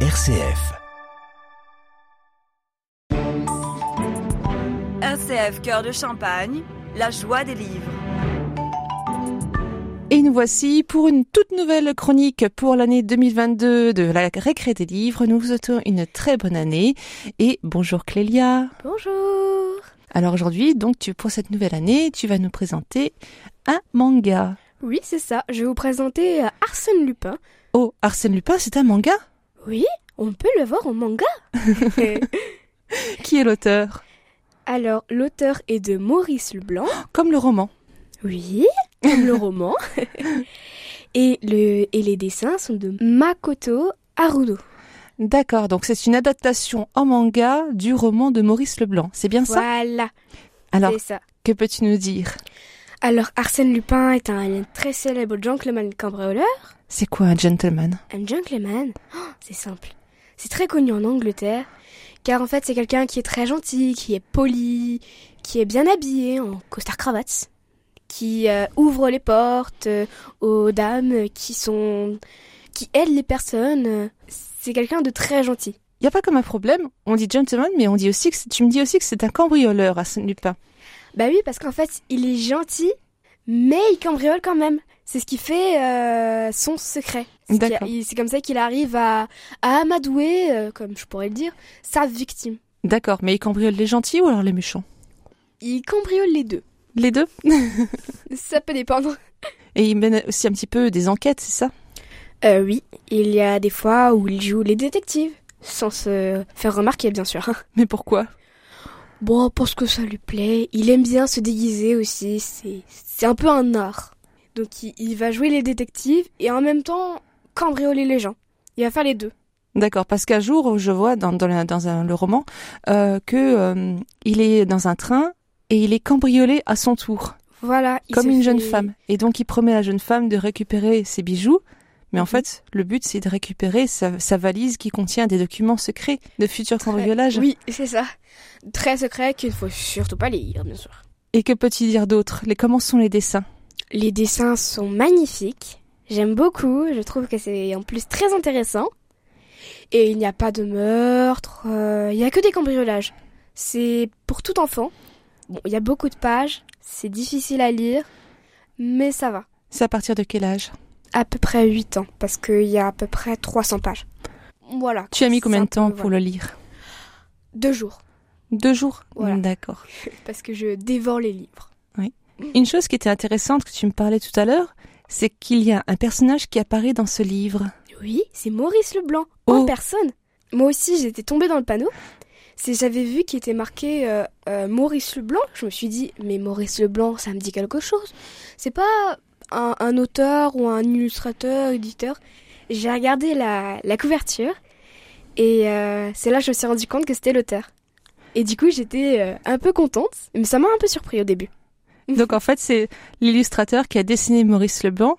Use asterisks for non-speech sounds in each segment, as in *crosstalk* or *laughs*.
RCF. RCF Cœur de Champagne, la joie des livres. Et nous voici pour une toute nouvelle chronique pour l'année 2022 de la récré des livres. Nous vous souhaitons une très bonne année et bonjour Clélia. Bonjour Alors aujourd'hui, donc tu pour cette nouvelle année, tu vas nous présenter un manga. Oui, c'est ça, je vais vous présenter euh, Arsène Lupin. Oh, Arsène Lupin, c'est un manga Oui, on peut le voir en *laughs* manga Qui est l'auteur Alors, l'auteur est de Maurice Leblanc. Comme le roman. Oui, comme le roman. *laughs* et, le, et les dessins sont de Makoto Haruno. D'accord, donc c'est une adaptation en manga du roman de Maurice Leblanc. C'est bien ça Voilà, Alors, c'est ça. que peux-tu nous dire Alors, Arsène Lupin est un très célèbre gentleman cambrioleur. C'est quoi un gentleman Un gentleman, oh, c'est simple. C'est très connu en Angleterre, car en fait c'est quelqu'un qui est très gentil, qui est poli, qui est bien habillé en costard-cravate, qui euh, ouvre les portes euh, aux dames qui sont... qui aident les personnes. C'est quelqu'un de très gentil. Il n'y a pas comme un problème, on dit gentleman, mais on dit aussi que c'est- tu me dis aussi que c'est un cambrioleur, Arsène Lupin. Bah oui, parce qu'en fait il est gentil, mais il cambriole quand même. C'est ce qui fait euh, son secret. C'est qu'il- D'accord. il- C'est comme ça qu'il arrive à, à amadouer, euh, comme je pourrais le dire, sa victime. D'accord, mais il cambriole les gentils ou alors les méchants Il cambriole les deux. Les deux Ça peut dépendre. Et il mène aussi un petit peu des enquêtes, c'est ça Euh, oui, il y a des fois où il joue les détectives, sans se faire remarquer, bien sûr. Mais pourquoi *laughs* Bon, parce que ça lui plaît. Il aime bien se déguiser aussi. C'est, c'est un peu un art. Donc, il, il va jouer les détectives et en même temps cambrioler les gens. Il va faire les deux. D'accord, parce qu'un jour, je vois dans, dans, la- dans un- le roman euh, que euh, il est dans un train et il est cambriolé à son tour, Voilà. il comme se une jeune fait- femme. Et donc, il promet à la jeune femme de récupérer ses bijoux. Mais en Mhm. fait, le but, c'est de récupérer sa, sa valise qui contient des documents secrets de futurs cambriolages. Oui, c'est ça. Très secret qu'il ne faut surtout pas lire, bien sûr. Et que peut-il dire d'autre Les Comment sont les dessins Les dessins sont magnifiques. J'aime beaucoup. Je trouve que c'est en plus très intéressant. Et il n'y a pas de meurtre. euh, Il n'y a que des cambriolages. C'est pour tout enfant. Bon, il y a beaucoup de pages. C'est difficile à lire. Mais ça va. C'est à partir de quel âge À peu près 8 ans. Parce qu'il y a à peu près 300 pages. Voilà. Tu as mis combien de C'est un temps peu- pour voilà. le lire Deux jours. Deux jours Voilà. D'accord. Parce que je dévore les livres. Une chose qui était intéressante que tu me parlais tout à l'heure, c'est qu'il y a un personnage qui apparaît dans ce livre. Oui, c'est Maurice Leblanc, Oh. en personne. Moi aussi, j'étais tombée dans le panneau. C'est, j'avais vu qu'il était marqué euh, euh, Maurice Leblanc. Je me suis dit, mais Maurice Leblanc, ça me dit quelque chose. C'est pas un, un auteur ou un illustrateur, éditeur. J'ai regardé la, la couverture et euh, c'est là que je me suis rendu compte que c'était l'auteur. Et du coup, j'étais euh, un peu contente, mais ça m'a un peu surpris au début. Donc en fait, c'est l'illustrateur qui a dessiné Maurice Leblanc.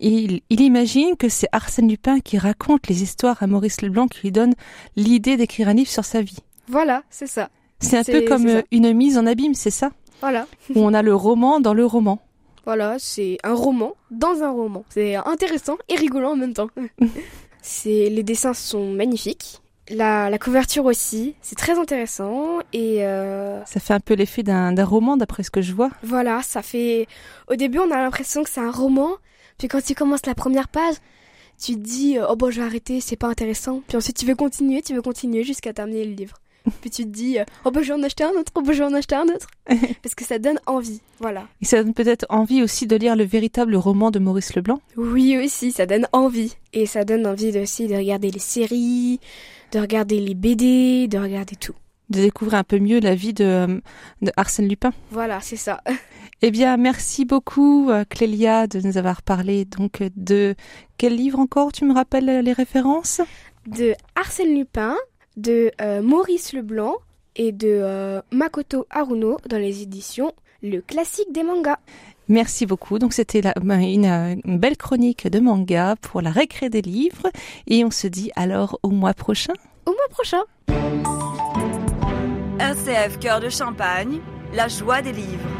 Il, il imagine que c'est Arsène Lupin qui raconte les histoires à Maurice Leblanc qui lui donne l'idée d'écrire un livre sur sa vie. Voilà, c'est ça. C'est un C'est- peu comme c'est ça. euh, une mise en abîme, c'est *laughs* ça Voilà. Où on a le roman dans le roman. Voilà, c'est un roman dans un roman. C'est intéressant et rigolant en même temps. c'est les dessins sont magnifiques. La, la couverture aussi, c'est très intéressant et euh, Ça fait un peu l'effet d'un d'un roman d'après ce que je vois. voilà, ça fait. Au début, on a l'impression que c'est un roman, puis quand tu commences la première page, tu te dis oh bon, je vais arrêter, c'est pas intéressant. Puis ensuite, tu veux continuer, tu veux continuer jusqu'à terminer le livre. puis tu te dis oh bon, je vais en acheter un autre, oh bon, je vais en acheter un autre, parce que ça donne envie. Voilà. Et ça donne peut-être envie aussi de lire le véritable roman de Maurice Leblanc. Oui aussi, ça donne envie. Et ça donne envie aussi de regarder les séries, de regarder les BD, de regarder tout. de découvrir un peu mieux la vie de, euh, de Arsène Lupin. Voilà, c'est ça. *laughs* Eh bien, merci beaucoup euh, Clélia de nous avoir parlé donc euh, de quel livre encore tu me rappelles euh, les références De Arsène Lupin, de euh, Maurice Leblanc et de euh, Makoto Haruno dans les éditions Le classique des mangas. Merci beaucoup. Donc c'était la- ben, une, euh, une belle chronique de manga pour la récré des livres et on se dit alors au mois prochain. Au mois prochain RCF Cœur de Champagne, la joie des livres.